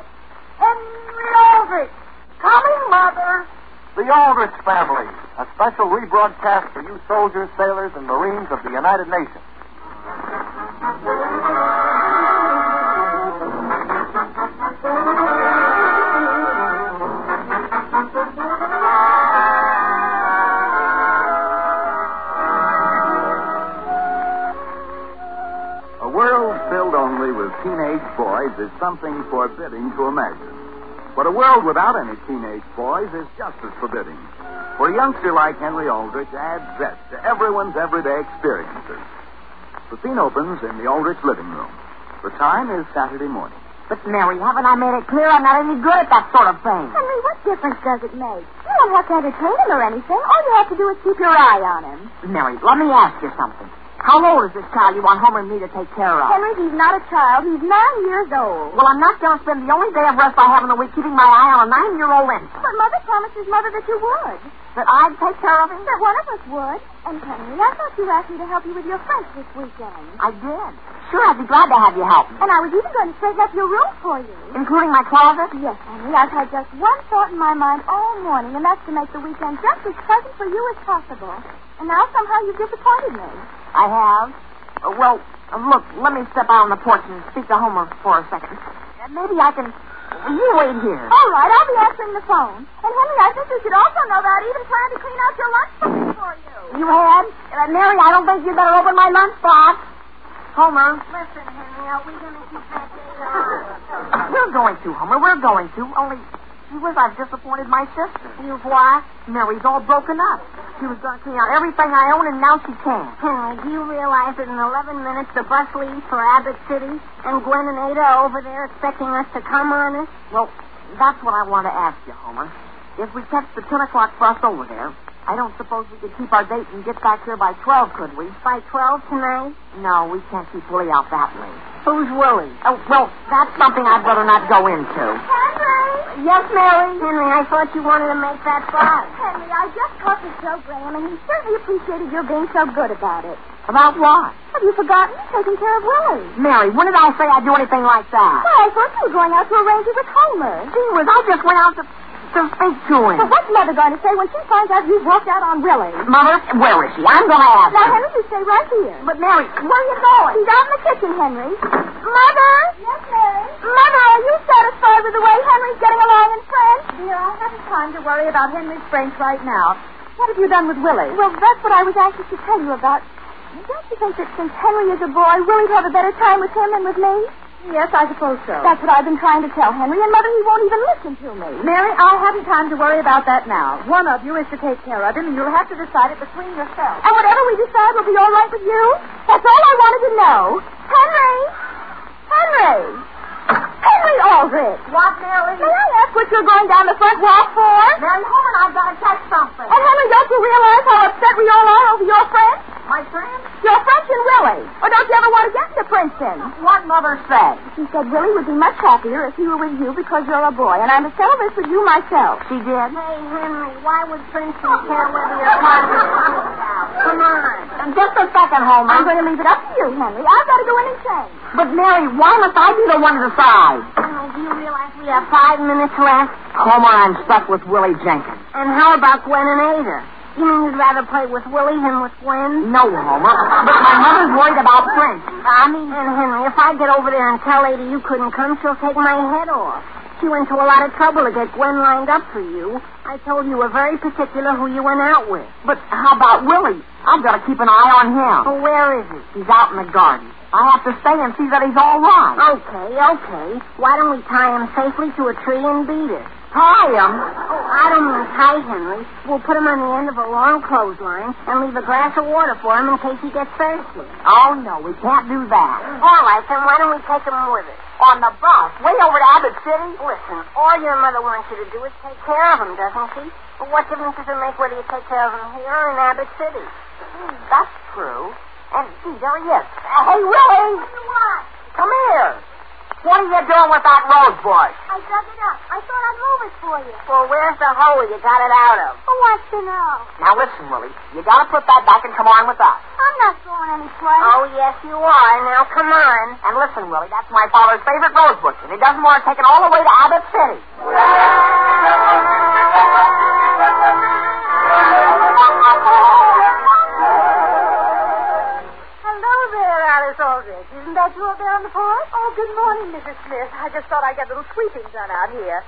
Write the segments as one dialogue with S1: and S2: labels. S1: Henry Aldrich. Coming, Mother.
S2: The Aldrich family, a special rebroadcast for you soldiers, sailors, and Marines of the United Nations. A world filled only with teenage boys is something forbidding to imagine. But a world without any teenage boys is just as forbidding. For a youngster like Henry Aldrich adds zest to everyone's everyday experiences. The scene opens in the Aldrich living room. The time is Saturday morning.
S3: But, Mary, haven't I made it clear I'm not any good at that sort of thing?
S4: Henry, what difference does it make? You don't have to entertain him or anything. All you have to do is keep your eye on him.
S3: Mary, let me ask you something. How old is this child you want Homer and me to take care of?
S4: Henry, he's not a child. He's nine years old.
S3: Well, I'm not going to spend the only day of rest I have in the week keeping my eye on a nine-year-old infant.
S4: But Mother promised his mother that you would.
S3: That I'd take care of him?
S4: That one of us would. And Henry, I thought you asked me to help you with your French this weekend.
S3: I did. Sure, I'd be glad to have you help me.
S4: And I was even going to straighten up your room for you.
S3: Including my closet?
S4: Yes, Henry, I've had just one thought in my mind all morning, and that's to make the weekend just as pleasant for you as possible. And now somehow you've disappointed me.
S3: I have. Uh, well, uh, look, let me step out on the porch and speak to Homer for a second. Uh, maybe I can... You wait here.
S4: All right, I'll be answering the phone. And Henry, I think you should also know that I even planned to clean out your lunchbox for you.
S3: You had? Uh, Mary, I don't think you'd better open my lunchbox. Homer,
S4: Listen, Henry, are we going to keep that date
S3: Uh, we're going to, Homer. We're going to. Only, she was I've disappointed my sister. You why? Mary's all broken up. She was going to clean out everything I own, and now she can't.
S5: Henry, do you realize that in 11 minutes the bus leaves for Abbott City, and Gwen and Ada are over there expecting us to come on us?
S3: Well, that's what I want to ask you, Homer. If we catch the 10 o'clock bus over there, I don't suppose we could keep our date and get back here by 12, could we?
S5: By 12 tonight?
S3: No, we can't keep Willie out that way.
S5: Who's Willie?
S3: Oh, well, that's something I'd rather not go into.
S4: Henry!
S3: Yes, Mary?
S5: Henry, I thought you wanted to make that fast.
S4: Henry, I just talked to Joe Graham, and he certainly appreciated your being so good about it.
S3: About what?
S4: Have you forgotten taking care of Willie?
S3: Mary, when did I say I'd do anything like that?
S4: Why, I thought you were going out to arrange it with Homer.
S3: Gee whiz, I just went out to, to speak to him.
S4: But what's Mother going to say when she finds out you've walked out on Willie?
S3: Mother, where is she? I'm going to ask
S4: Now,
S3: her.
S4: Henry, you stay right here.
S3: But, Mary,
S4: Where are you going? He's out in the kitchen, Henry. Mother? Yes, Mary? Mother, are you satisfied with the way Henry's getting along in French? Dear, I haven't time to worry about Henry's French right now. What have you done with Willie? Well, that's what I was anxious to tell you about. Don't you think that since Henry is a boy, Willie'd have a better time with him than with me? Yes, I suppose so. That's what I've been trying to tell Henry, and Mother, he won't even listen to me. Mary, I haven't time to worry about that now. One of you is to take care of him, and you'll have to decide it between yourselves. And whatever we decide will be all right with you? That's all I wanted to know. Henry! Henry! Henry Aldrich!
S3: What, Mary?
S4: May I ask what you're going down the front walk for?
S3: Mary, Homer and I've got to catch something.
S4: And Henry, don't you realize how upset we all are over your friend?
S3: My friend?
S4: Your French and Willie. Or don't you ever want to get into Princeton?
S3: What Mother said.
S4: She said Willie would be much happier if he were with you because you're a boy, and I'm a this with you myself.
S3: She did?
S5: Hey, Henry, why would Princeton care whether you're part of Come on.
S3: Just a second, Homer.
S4: I'm going to leave it up to you, Henry. I've got to go in and change.
S3: But, Mary, why must I be the one to decide?
S5: Henry, do you realize we have five minutes left?
S3: Homer, I'm stuck with Willie Jenkins.
S5: And how about Gwen and Ada? You mean you'd rather play with Willie than with Gwen?
S3: No, Homer. But my mother's worried about Prince.
S5: I mean, and Henry, if I get over there and tell Ada you couldn't come, she'll take my head off. She went to a lot of trouble to get Gwen lined up for you. I told you were very particular who you went out with.
S3: But how about Willie? I've got to keep an eye on him.
S5: Well, where is he?
S3: He's out in the garden. I have to stay and
S5: Oh,
S3: see that he's all right.
S5: Okay, okay. Why don't we tie him safely to a tree and beat it?
S3: Tie him? Oh, I don't mean tie Henry. We'll put him on the end of a long clothesline and leave a glass of water for him in case he gets thirsty.
S6: Oh, no, we can't do that.
S3: All right, then why don't we take him with us?
S6: On the bus, way over to Abbott City?
S3: Listen, all your mother wants you to do is take care of him, doesn't she? But what difference does it make whether you take care of him here or in Abbott City?
S6: Hmm, That's true. And gee, there he is. Uh, hey, Willie! Come here. What are you doing with that rose bush?
S7: I dug it up. I thought I'd move it for you.
S3: Well, where's the hole you got it out of?
S7: Who wants to know?
S6: Now listen, Willie. You gotta put that back and come on with us.
S7: I'm not going anyplace.
S3: Oh, yes, you are. Now, come on.
S6: And listen, Willie, that's my father's favorite rose bush, and he doesn't want to take it all the way to Abbott City.
S7: Hello there, Alice Aldrich. Isn't that you up there on the porch? Oh, good morning, Mrs. Smith. I just thought I'd get a little sweeping done out here.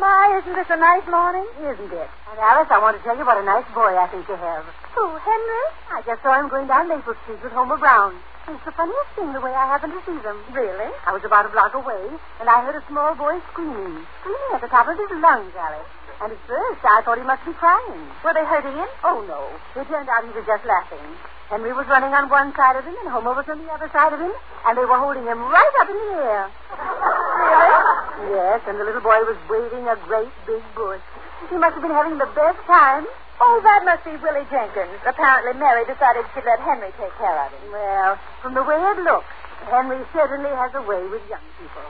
S7: My, isn't this a nice morning?
S3: Isn't it? And Alice, I want to tell you what a nice boy I think you have.
S7: Who, Oh, Henry?
S3: I just saw him going down Maple Street with Homer Brown.
S7: It's the funniest thing the way I happened to see them.
S3: Really? I was about a block away, and I heard a small boy screaming. Screaming at the top of his lungs, Alice. And at first, I thought he must be crying.
S7: Were they hurting him?
S3: Oh, no. It turned out he was just laughing. Henry was running on one side of him, and Homer was on the other side of him, and they were holding him right up in the air. really? Yes, and the little boy was waving a great big bush. He must have been having the best time.
S7: Oh, that must be Willie Jenkins. Apparently, Mary decided she'd let Henry take care of him.
S3: Well, from the way it looks, Henry certainly has a way with young people.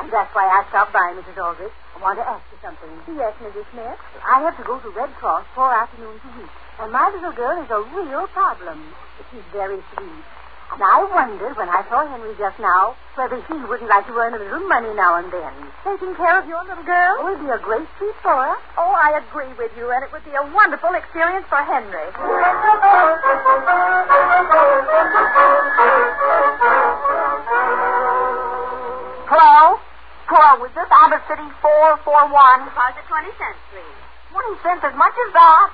S3: And that's why I stopped by, Mrs. Aldrich. I want to ask you something.
S7: Yes, Mrs. Smith.
S3: I have to go to Red Cross four afternoons a week. And my little girl is a real problem. She's very sweet. And I wondered when I saw Henry just now whether he wouldn't like to earn a little money now and then.
S7: Taking care of your little girl?
S3: It would be a great treat for her.
S7: Oh, I agree with you, and it would be a wonderful experience for Henry.
S6: Hello? Hello, is this Abbott City 441?
S4: Deposit 20 cents, please.
S6: 20 cents, as much as that.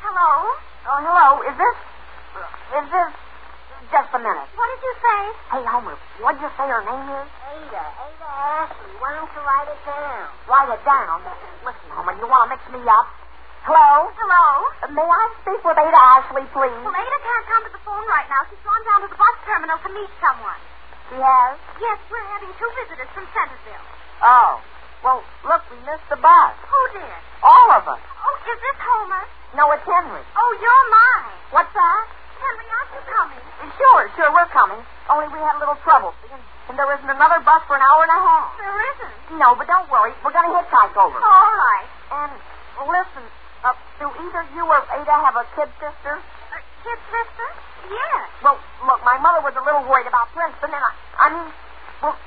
S4: Hello?
S6: Oh, hello, is this... Is this... Just a minute.
S4: What did you say?
S6: Hey, Homer, what'd you say her name is?
S3: Ada, Ada Ashley. Why don't you write it down?
S6: Write it down. Listen, Homer, you want to mix me up? Hello?
S4: Hello?
S6: Uh, May I speak with Ada Ashley, please?
S4: Well, Ada can't come to the phone right now. She's gone down to the bus terminal to meet someone.
S6: She has?
S4: Yes, we're having two visitors from Centerville.
S6: Oh. Well, look, we missed the bus.
S4: Who did?
S6: All of us.
S4: Oh, is this Homer?
S6: No, it's Henry.
S4: Oh, you're mine.
S6: What's that?
S4: Henry, aren't you coming?
S6: Sure, sure, we're coming. Only we had a little trouble. And, and there isn't another bus for an hour and a half.
S4: There isn't.
S6: No, but don't worry. We're going to hitchhike over.
S4: All right.
S6: And listen, uh, do either you or Ada have a kid sister?
S4: Uh, kid sister? Yes.
S6: Well, look, my mother was a little worried about Princeton, and I, I mean, well,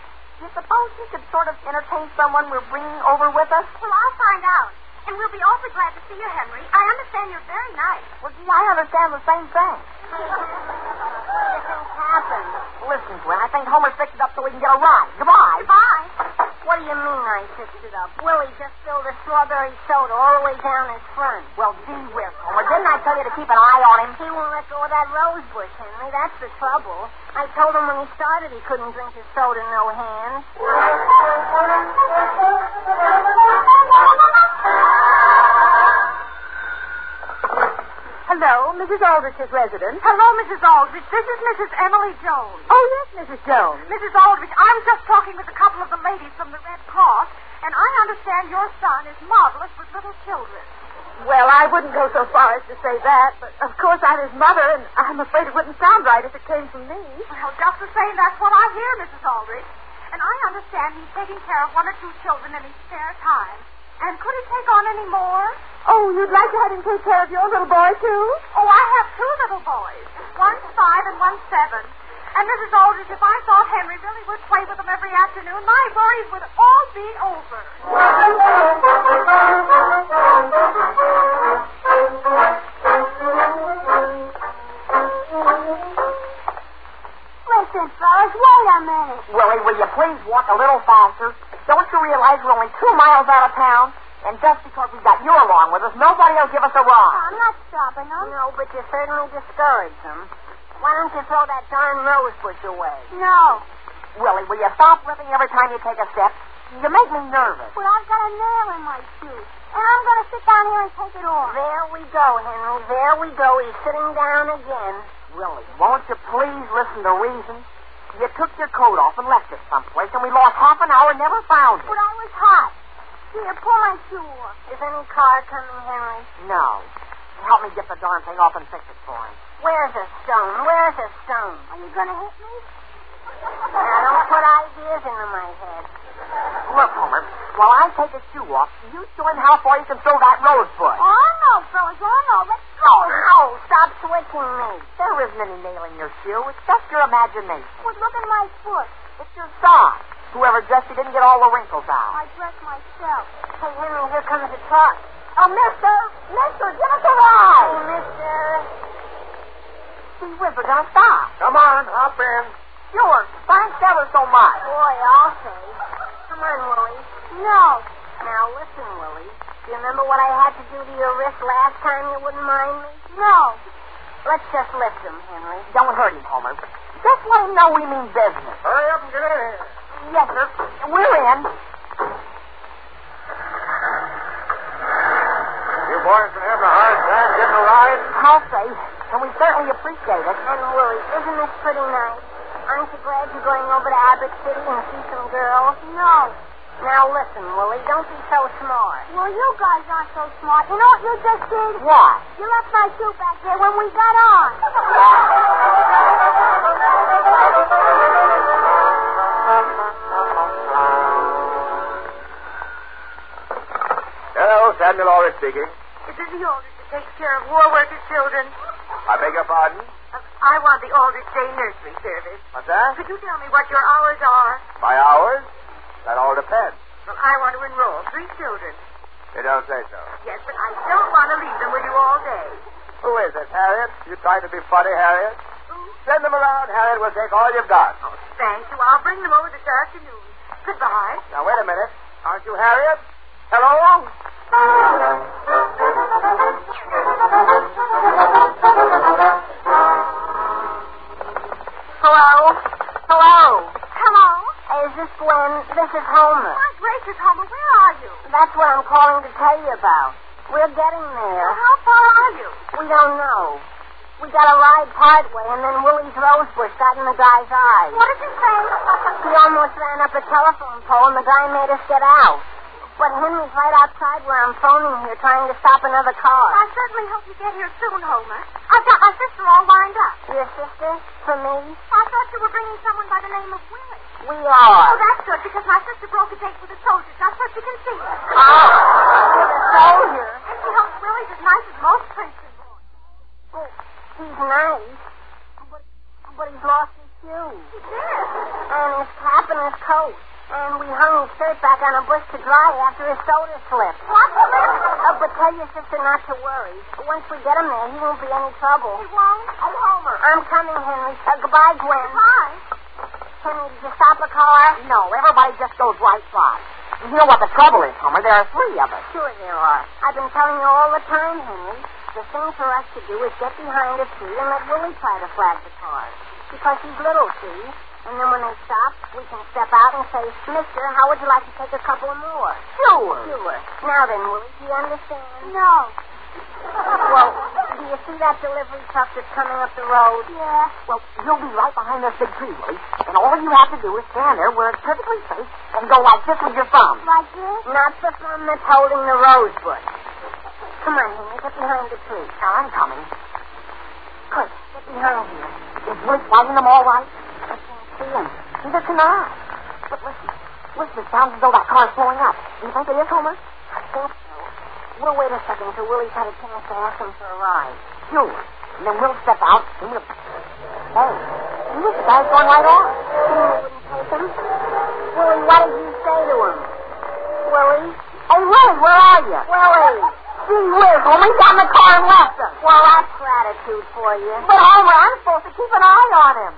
S6: you suppose you could sort of entertain someone we're bringing over with us?
S4: Well, I'll find out. And we'll be awfully glad to see you, Henry. I understand you're very nice.
S6: Well, gee, I understand the same thing.
S3: Nothing's happened.
S6: Listen, Gwen, I think Homer's fixed it up so we can get a ride. Goodbye.
S4: Goodbye.
S3: What do you mean I fixed it up? Willie just spilled a strawberry soda all the way down his front.
S6: Well, gee whiz, Homer, didn't I tell you to keep an eye on him?
S3: He won't let go of that rose bush, Henry. That's the trouble. I told him when he started he couldn't drink his soda no hands.
S8: Hello, Mrs. Aldrich's residence.
S4: Hello, Mrs. Aldrich. This is Mrs. Emily Jones.
S8: Oh, yes, Mrs. Jones.
S4: Mrs. Aldrich, I'm just talking with a couple of the ladies from the Red Cross, and I understand your son is marvelous with little children.
S8: Well, I wouldn't go so far as to say that, but of course I'm his mother, and I'm afraid it wouldn't sound right if it came from me.
S4: Well, just the same, that's what I hear, Mrs. Aldrich. And I understand he's taking care of one or two children in his spare time. And could he take on any more?
S8: Oh, you'd like to have him take care of your little boy, too?
S4: Oh, I have two little boys. One's five and one's seven. And Mrs. Aldrich, if I thought Henry really would play with them every afternoon, my worries would all be over.
S7: Listen, fellas, wait a minute.
S4: Oh,
S6: Willie, will you please walk a little faster? Don't you realize we're only two miles out of town? And just because we got you along with us, nobody will give us a ride.
S7: I'm not stopping them.
S3: No, but you certainly discouraged them. Why don't you throw that darn rose bush away?
S7: No.
S9: Willie, will you stop ripping every time you take a step? You make me nervous.
S4: Well, I've got a nail in my shoe, and I'm going to sit down here and take it off.
S3: There we go, Henry. There we go. He's sitting down again.
S9: Willie, won't you please listen to reason? You took your coat off and left it someplace, and we lost half an hour and never found it.
S4: But I was hot. Here, pull my shoe off.
S3: Is any car coming, Henry?
S9: No. Help me get the darn thing off and fix it for him.
S3: Where's a stone? Where's a stone?
S4: Are you going to hit me?
S3: Now, don't put ideas into my head.
S9: Look, Homer, while I take the shoe off, you show him how far you can throw that rose bush.
S4: Oh, I know, fellas. I know. Let's go.
S3: Ow! Stop switching me.
S9: There isn't any nail in your shoe. It's just your imagination.
S4: Well, look at my foot.
S9: It's your sock. Whoever dressed you didn't get all the wrinkles out.
S4: I dressed myself.
S3: Hey, Henry, here comes the truck.
S4: Oh, mister! Mister, give us a ride!
S3: Hey, mister.
S9: See, Whipper, don't stop.
S2: Come on, hop in.
S9: Sure. Thanks ever so much.
S3: Boy, I'll say. Come on, Willie.
S4: No.
S3: Now, listen, Willie. Do you remember what I had to do to your wrist last time you wouldn't mind me?
S4: No.
S3: Let's just lift him, Henry.
S9: Don't hurt him, Homer. Just let him know we mean business.
S2: Hurry up and get in here.
S9: Yes, sir. We're in.
S2: You boys been having a hard time getting a ride?
S9: I'll say. And we certainly appreciate it.
S3: And Willie, isn't this pretty nice? Aren't you glad you're going over to Abbott City and see some girls?
S4: No.
S3: Now listen, Willie, don't be so smart.
S4: Well, you guys aren't so smart. You know what you just did?
S9: What?
S4: You left my shoe back there when we got on.
S2: Hello, Samuel Orris speaking.
S10: It is the Aldrich that takes care of war worker children.
S2: I beg your pardon?
S10: Uh, I want the Aldrich Day Nursery Service.
S2: What's that?
S10: Could you tell me what your hours are?
S2: My hours? That all depends.
S10: Well, I want to enroll three children.
S2: You don't say so.
S10: Yes, but I don't want to leave them with you all day.
S2: Who is it, Harriet? You trying to be funny, Harriet? Who? Send them around, Harriet. We'll take all you've got.
S10: Oh, thank you. I'll bring them over this afternoon. Goodbye.
S2: Now, wait a minute. Aren't you Harriet? Hello?
S3: Hello? Hello?
S4: Hello?
S3: Hey, is this Gwen? This is Homer.
S11: My gracious, Homer, where are you?
S3: That's what I'm calling to tell you about. We're getting there.
S11: How far are you?
S3: We don't know. We got a ride partway, and then Willie's rose bush got in the guy's eye.
S11: What did he say?
S3: He almost ran up a telephone pole, and the guy made us get out. But Henry's right outside where I'm phoning here, trying to stop another car.
S11: I certainly hope you get here soon, Homer. I've got my sister all lined up.
S3: Your sister? For me?
S11: I thought you were bringing someone by the name of Willie.
S3: We
S11: Oh,
S3: are.
S11: that's good, because my sister broke a date with the soldiers. That's what you can see.
S3: Oh, with a soldier?
S11: And she hopes Willie's as nice as most Princeton boys.
S3: Well, he's nice. But, but he's lost his shoes.
S11: He did.
S3: And his cap and his coat. And we hung his shirt back on a bush to dry after his soda slipped.
S11: What?
S3: Uh, but tell your sister not to worry. Once we get him there, he won't be any trouble.
S11: He won't?
S3: Oh, Homer. I'm coming, Henry. Uh, goodbye, Gwen.
S11: Goodbye.
S3: Henry, did you stop a car?
S9: No, everybody just goes right by. You know what the trouble is, Homer? There are three of us.
S3: Sure there are. I've been telling you all the time, Henry. The thing for us to do is get behind a tree and let Willie try to flag the cars. Because he's little, see? And then when they stop, we can step out and say, Mister, how would you like to take a couple more?
S9: Sure.
S3: Sure. Now then, Willie, do you understand?
S4: No.
S3: Well, do you see that delivery truck that's coming up the road?
S4: Yeah.
S9: Well, you'll be right behind this big tree, Willie. And all you have to do is stand there where it's perfectly safe and go like this with your thumb.
S4: Like this?
S3: Not the thumb that's holding the rose bush. Come on, Henry, get behind the tree.
S9: Now, I'm coming.
S3: Quick, get behind here.
S9: Is Willie fighting them all right?
S3: I can't
S9: See him. Neither can I. But listen. Listen, it sounds as though that car's blowing up. Do you think it is, Homer?
S3: I think so. We'll wait a second until Willie's had a chance to ask him for a ride.
S9: Sure. And then we'll step out and we'll. Hey, this guy's going right off.
S3: Henry wouldn't take him. Willie, what did you say to him? Willie?
S9: Hey, Willie, where are you?
S3: Willie!
S9: Gee whiz, Homer, he got in the car and left us.
S3: Well, that's gratitude for you.
S9: But, Homer, I'm supposed to keep an eye on him.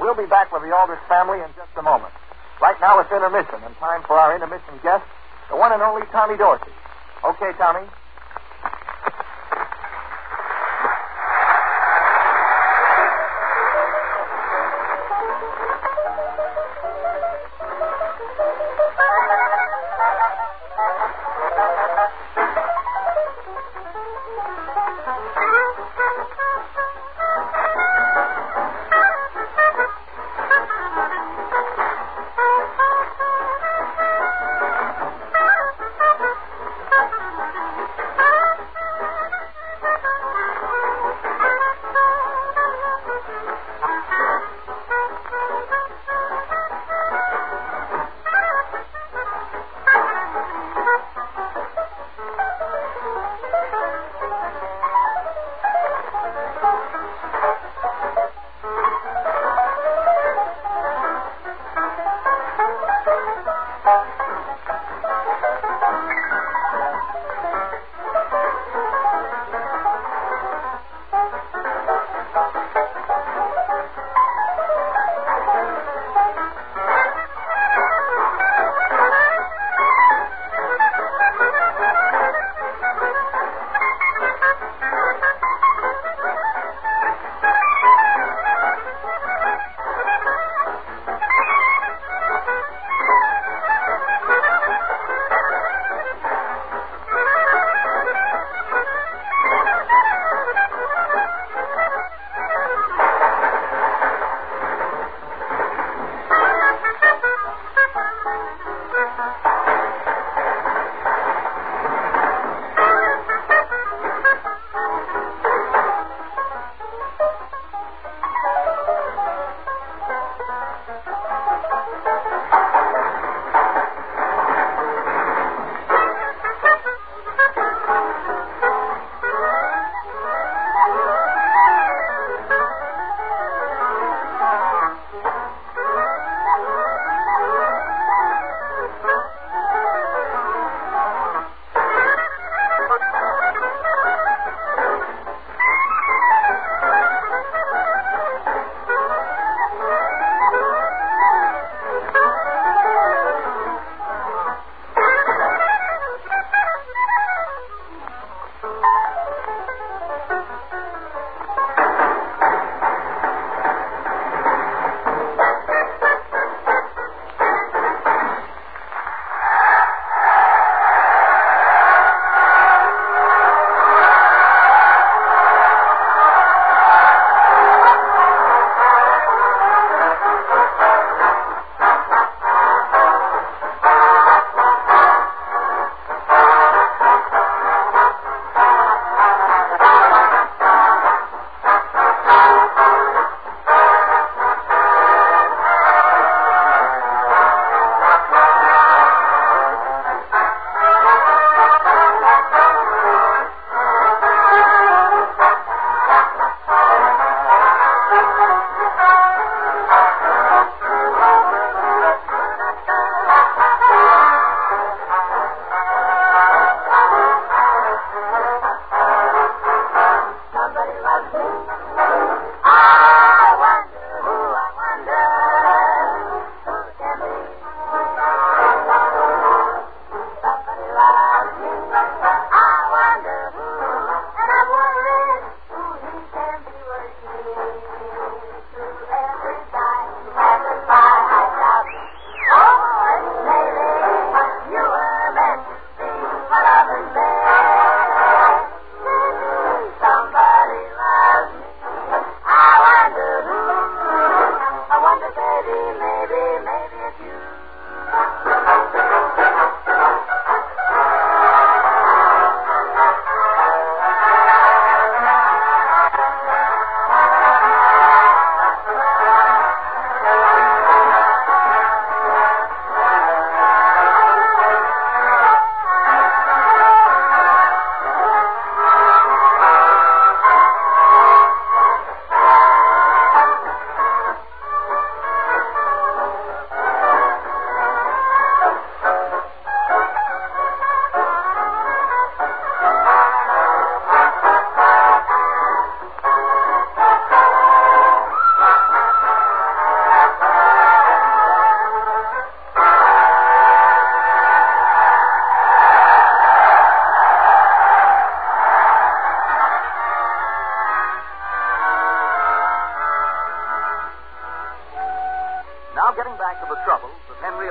S2: We'll be back with the Aldrich family in just a moment. Right now it's intermission and time for our intermission guest,
S4: The one and only Tommy Dorsey. Okay, Tommy.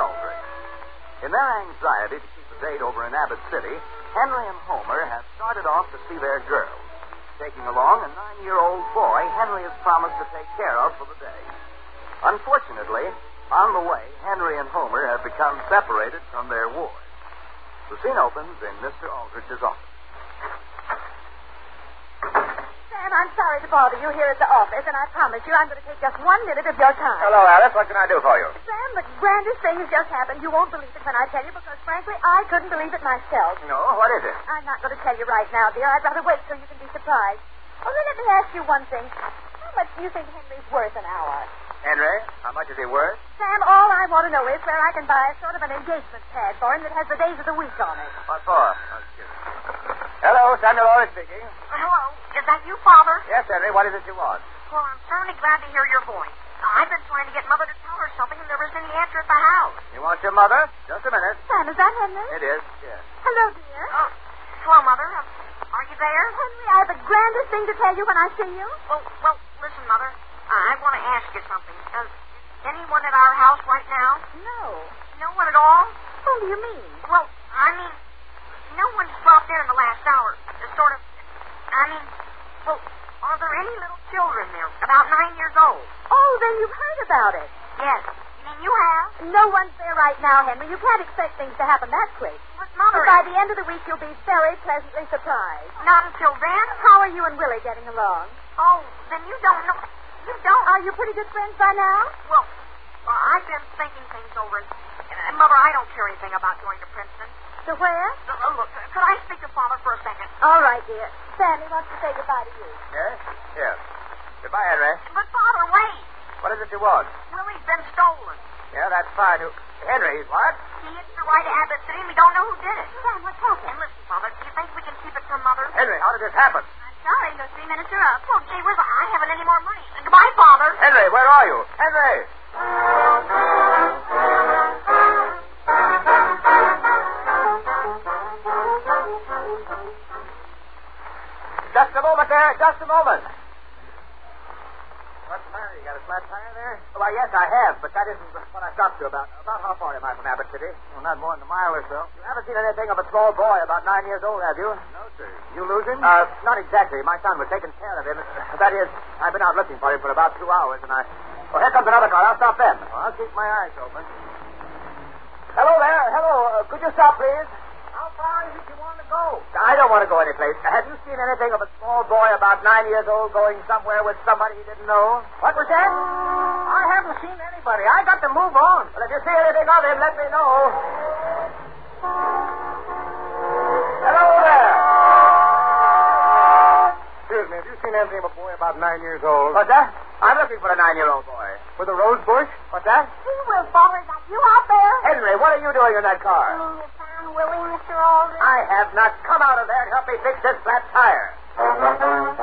S2: In their anxiety to keep the date over in Abbott City, Henry and Homer have started off to see their girls. Taking along a nine year old boy Henry has promised to take care of for the day. Unfortunately, on the way, Henry and Homer have become separated from their ward. The scene opens in Mr. Aldrich's office.
S4: Sam, I'm sorry to bother you here at the office, and I promise you I'm going to take just one minute of your time.
S3: Hello, Alice. What can I do for you?
S4: Sam, the grandest thing has just happened. You won't believe it when I tell you, because frankly, I couldn't believe it myself.
S3: No, what is it?
S4: I'm not going to tell you right now, dear. I'd rather wait till you can be surprised. Only let me ask you one thing. How much do you think Henry's worth an hour?
S3: Henry, how much is he worth?
S4: Sam, all I want to know is where I can buy a sort of an engagement pad for him that has the days of the week on it.
S3: What for? Oh, excuse me. Hello, Samuel Orr speaking.
S12: Hello. Is that you, Father?
S3: Yes, Henry. What is it you want?
S12: Well, I'm certainly glad to hear your voice. Uh, I've been trying to get Mother to tell her something, and there isn't any answer at the house.
S3: You want your mother? Just a minute.
S4: Sam, is that Henry?
S3: It is, yes.
S4: Hello, dear.
S12: Oh, hello, Mother. Um, Are you there?
S4: Henry, I have the grandest thing to tell you when I see you.
S12: Well, well, listen, Mother. I, I want to ask you something. Uh, is anyone at our house right now?
S4: No.
S12: No one at all?
S4: Who do you mean?
S12: Well, I mean, no one's dropped in in the last hour. It's sort of, I mean, well, are there any little children there about nine years old?
S4: Oh, then you've heard about it.
S12: Yes. You mean you have?
S4: No one's there right now, Henry. You can't expect things to happen that quick.
S12: But Mother,
S4: But by the end of the week, you'll be very pleasantly surprised.
S12: not until then.
S4: How are you and Willie getting along?
S12: Oh, then you don't know. You don't.
S4: Are you pretty good friends by now?
S12: Well, well, I've been thinking things over, and, and Mother, I don't care anything about going to Princeton.
S4: To where?
S12: Uh, uh, look, uh, could I speak to Father for a second?
S4: All right, dear. Stanley wants to say goodbye to you.
S3: Yes? Yes. Goodbye, Henry.
S12: But Father, wait.
S3: What is it you want?
S12: Willie's been stolen.
S3: Yeah, that's fine. You- Henry, what?
S12: He hit the right to Abbott City, and we don't know who did it.
S4: Sam, what's happening?
S12: And listen, Father, do you think we can keep it from Mother?
S3: Henry, how did this happen?
S12: I'm sorry, those three minutes are up. Well, gee whiz, I haven't any more money. And Goodbye, Father.
S3: Henry, where are you? Henry! Just a moment there, just a moment. What tire? You got a flat tire there? Why, yes, I have, but that isn't what I stopped you about. About how far am I from Abbott City? Well, not more than a mile or so. You haven't seen anything of a small boy about nine years old, have you? No, sir. You lose him? Uh, not exactly. My son was taking care of him. That is, I've been out looking for him for about two hours, and I... Well, here comes another car. I'll stop them. Well, I'll keep my eyes open. Hello there. Hello. Uh, could you stop, please? How far is it you want to go? I don't want to go anyplace. Have you seen anything of a small boy about nine years old going somewhere with somebody he didn't know? What was that? I haven't seen anybody. I got to move on. Well, if you see anything of him, let me know. Hello there.
S13: Excuse me, have you seen anything of a boy about nine years old?
S3: What's that? I'm looking for a nine-year-old boy.
S13: With a rose bush?
S3: What's that?
S14: Gee whiz, Father, is that you out there?
S3: Henry, what are you doing in that
S14: You
S3: car?
S14: mean you found Willie, Mr. Aldrich?
S3: I have not come out of there to help me fix this flat tire.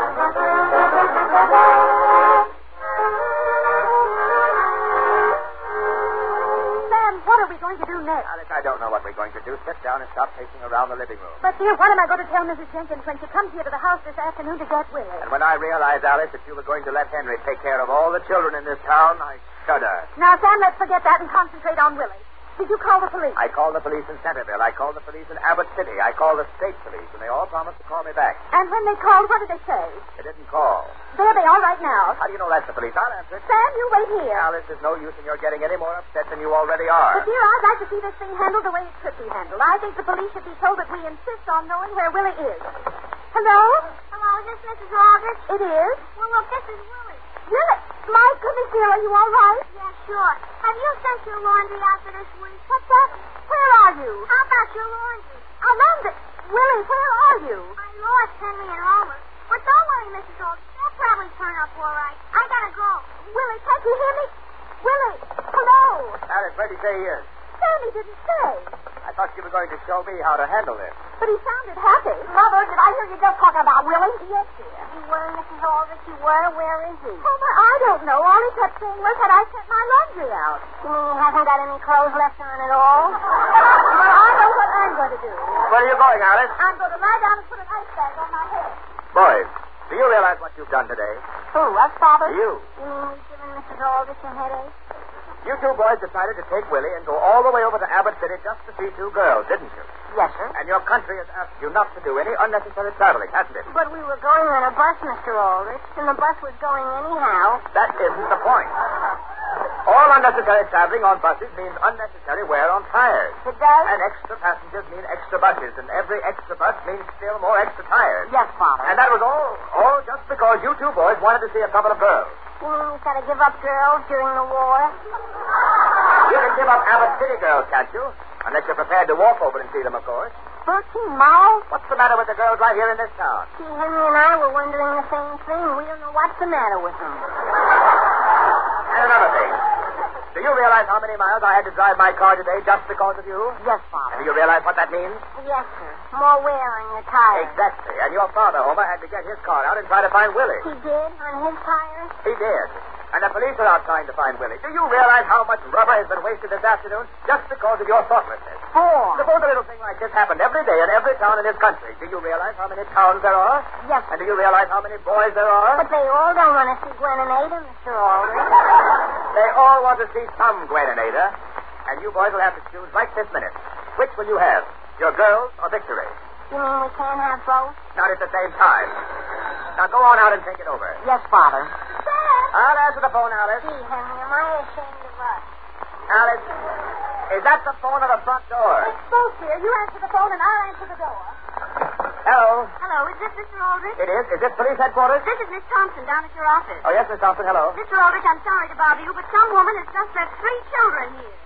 S4: Sam, what are we going to do next?
S3: Alice, I don't know what we're going to do. Sit down and stop pacing around the living room.
S4: But, dear, what am I going to tell Mrs. Jenkins when she comes here to the house this afternoon to get Willie?
S3: And when I realized, Alice, that you were going to let Henry take care of all the children in this town, I shudder.
S4: Now, Sam, let's forget that and concentrate on Willie. Did you call the police?
S3: I called the police in Centerville. I called the police in Abbott City. I called the state police, and they all promised to call me back.
S4: And when they called, what did they say?
S3: They didn't call.
S4: There they are right now.
S3: How do you know that's the police? I'll answer it.
S4: Sam, you wait here.
S3: Alice, there's no use in your getting any more upset than you already
S4: But,
S3: are.
S4: dear, I'd like to see this thing handled the way it should be handled. I think the police should be told that we insist on knowing where Willie is. Hello?
S1: Hello, is this Mrs. Aldrich?
S4: It is?
S1: Well, look, this is Willie.
S4: Willie! My goodness, dear, are you all right?
S1: Yeah, sure. Have you sent your laundry out for this week?
S4: What's that? Where are you?
S1: How about your laundry?
S4: I love it. Willie, where are you?
S1: I lost Henry and Homer. But don't worry, Mrs. Aldrich. They'll probably turn up all right. I gotta go.
S4: Willie, can't you hear me? Willie, hello.
S3: Alice, where did you say he is?
S4: Sammy didn't say,
S3: I thought you were going to show me how to handle this.
S4: but he sounded happy.
S15: Mother, did I hear you just talking about Willie?
S4: Yes, dear.
S16: You were, Mrs. Aldrich, you were. Where is he? You
S4: Homer, Oh, I don't know. All he kept saying was that I sent my laundry out.
S16: mean he hasn't got any clothes left on at all?
S4: Well, I know what I'm going to do.
S3: Where are you going, Alice?
S4: I'm going to lie down and put an ice bag on my head.
S3: Boys, do you realize what you've done today?
S16: Who, us, Father?
S3: You.
S16: You mean we've given Mrs. Aldrich a headache?
S3: You two boys decided to take Willie and go all the way over to Abbott City just to see two girls, didn't you?
S16: Yes, sir.
S3: And your country has asked you not to do any unnecessary traveling, hasn't it?
S16: But we were going on a bus, Mr. Aldrich, and the bus was going anyhow.
S3: That isn't the point. All unnecessary traveling on buses means unnecessary wear on tires.
S16: It does?
S3: And extra passengers mean extra buses, and every extra bus means still more extra tires.
S16: Yes, Father.
S3: And that was all, all just because you two boys wanted to see a couple of girls.
S16: You mean we've got to give up girls during the war?
S3: You can give up Abbott City girls, can't you? Unless you're prepared to walk over and see them, of course.
S16: Thirteen miles?
S3: What's the matter with the girls right here in this town?
S16: See, Henry and I were wondering the same thing. We don't know what's the matter with them.
S3: And another thing. Do you realize how many miles I had to drive my car today just because of you?
S16: Yes,
S3: And
S16: Father.
S3: do you realize what that means?
S16: Yes, sir. More wear on your tires.
S3: Exactly. And your father, Homer, had to get his car out and try to find Willie.
S16: He did on his tires?
S3: He did. And the police are out trying to find Willie. Do you realize how much rubber has been wasted this afternoon just because of your thoughtlessness?
S16: Four.
S3: Suppose a little thing like this happened every day in every town in this country. Do you realize how many towns there are?
S16: Yes,
S3: And do you realize how many boys there are?
S16: But they all don't want to see Gwen and Ada, Mr. Aldrich.
S3: They all want to see some Gwen and Ada. And you boys will have to choose right this minute. Which will you have? Your girls or victory?
S16: You mean we can't have both?
S3: Not at the same time. Now go on out and take it over.
S16: Yes, Father.
S3: I'll answer the phone, Alice.
S16: Uh, Gee, Henry, am I ashamed of us?
S3: Alice, is that the phone or the front door?
S4: It's both here. You answer the phone and I'll answer the door.
S3: Hello.
S4: Hello, is this Mr. Aldrich?
S3: It is. Is this police headquarters?
S4: This is Miss Thompson down at your office.
S3: Oh, yes, Miss Thompson. Hello.
S4: Mr. Aldrich, I'm sorry to bother you, but some woman has just left three children here.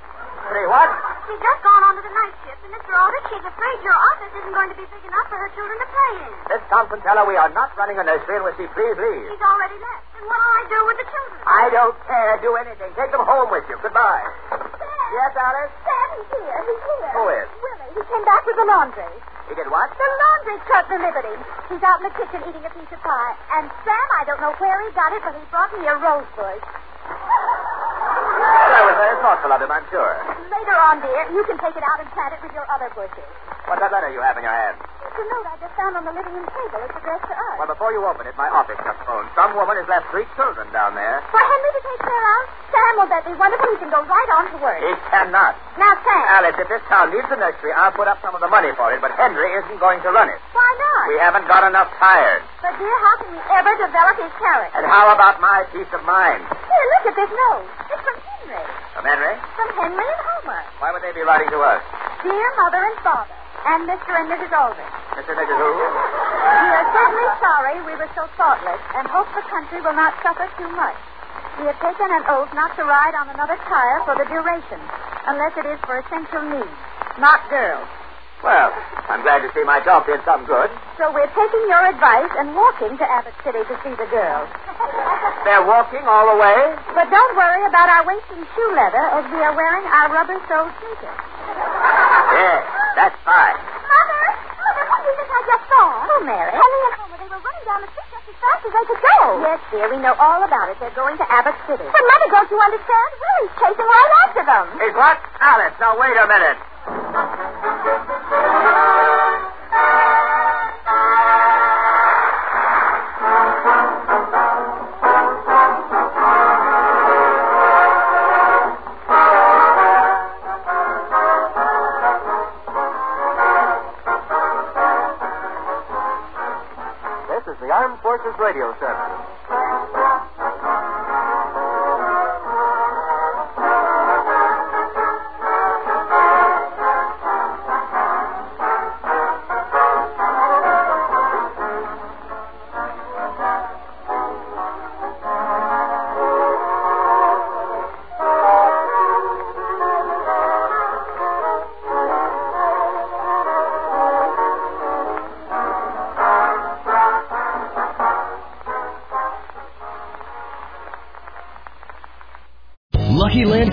S3: Three what?
S4: She's just gone on to the night shift, and Mr. Aldrich, she's afraid your office isn't going to be big enough for her children to play in.
S3: Miss Thompson, tell her we are not running a nursery unless she please leave.
S4: She's already left. And what'll I do with the children?
S3: I don't care. Do anything. Take them home with you. Goodbye. Yes, Alice?
S4: Dad, he's here. He's here.
S3: Who is?
S4: Willie. He came back with the laundry.
S3: He did what?
S4: The laundry truck delivered him. He's out in the kitchen eating a piece of pie. And Sam, I don't know where he got it, but he brought me a rose bush.
S3: That was very thoughtful of him, I'm sure.
S4: Later on, dear, you can take it out and plant it with your other bushes.
S3: What's that letter you have in your hand?
S4: It's a note I just found on the living room table. It's addressed to us.
S3: Well, before you open it, my office just phoned. Some woman has left three children down there.
S4: For Henry to take care of? Sam, will that be wonderful? He can go right on to work.
S3: He cannot.
S4: Now, Sam.
S3: Alice, if this town needs a nursery, I'll put up some of the money for it, but Henry isn't going to run it.
S4: Why not?
S3: We haven't got enough tires.
S4: But, dear, how can he ever develop his character?
S3: And how about my peace of mind?
S4: Here, look at this note. It's from Henry.
S3: From Henry?
S4: From Henry and Homer.
S3: Why would they be writing to us?
S4: Dear Mother and Father, and Mr. and Mrs. Aldrich,
S3: Mr. Mrs. Who?
S4: we are certainly sorry we were so thoughtless and hope the country will not suffer too much. We have taken an oath not to ride on another tire for the duration, unless it is for essential needs, not girls.
S3: Well, I'm glad to see my talk did some good.
S4: So we're taking your advice and walking to Abbott City to see the girls.
S3: They're walking all the way?
S4: But don't worry about our wasting shoe leather as we are wearing our rubber soled sneakers.
S3: Yes, that's fine.
S4: Mother! Mother, what do you think I just saw? Oh, Mary. Henry and Homer, they were running down the street just as fast as they could go. Yes, dear, we know all about it. They're going to Abbott City. But, Mother, don't you understand? Willie's chasing right after them.
S3: Is what? Alice, now wait a minute.
S2: This is the Armed Forces Radio Service.
S17: Lucky Land